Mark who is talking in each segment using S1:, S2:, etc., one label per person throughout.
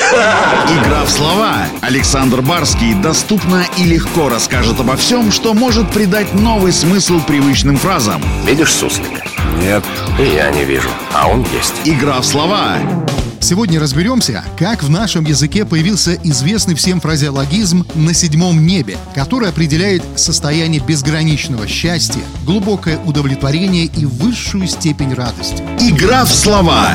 S1: Игра в слова. Александр Барский доступно и легко расскажет обо всем, что может придать новый смысл привычным фразам.
S2: Видишь суслика?
S3: Нет.
S2: И я не вижу, а он есть.
S1: Игра в слова.
S4: Сегодня разберемся, как в нашем языке появился известный всем фразеологизм «на седьмом небе», который определяет состояние безграничного счастья, глубокое удовлетворение и высшую степень радости.
S1: Игра в слова.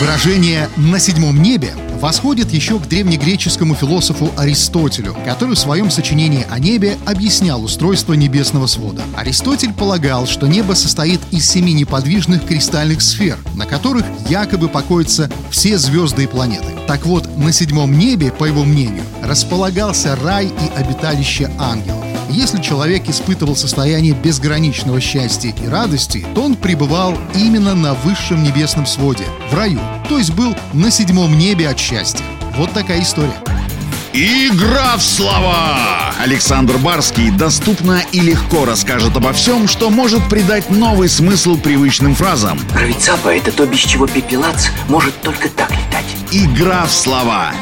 S4: Выражение «на седьмом небе» восходит еще к древнегреческому философу Аристотелю, который в своем сочинении о небе объяснял устройство небесного свода. Аристотель полагал, что небо состоит из семи неподвижных кристальных сфер, на которых якобы покоятся все звезды и планеты. Так вот, на седьмом небе, по его мнению, располагался рай и обиталище ангелов. Если человек испытывал состояние безграничного счастья и радости, то он пребывал именно на высшем небесном своде, в раю, то есть был на седьмом небе от счастья. Вот такая история.
S1: Игра в слова! Александр Барский доступно и легко расскажет обо всем, что может придать новый смысл привычным фразам.
S5: А ведь цапа это то, без чего пепелац может только так летать.
S1: Игра в слова!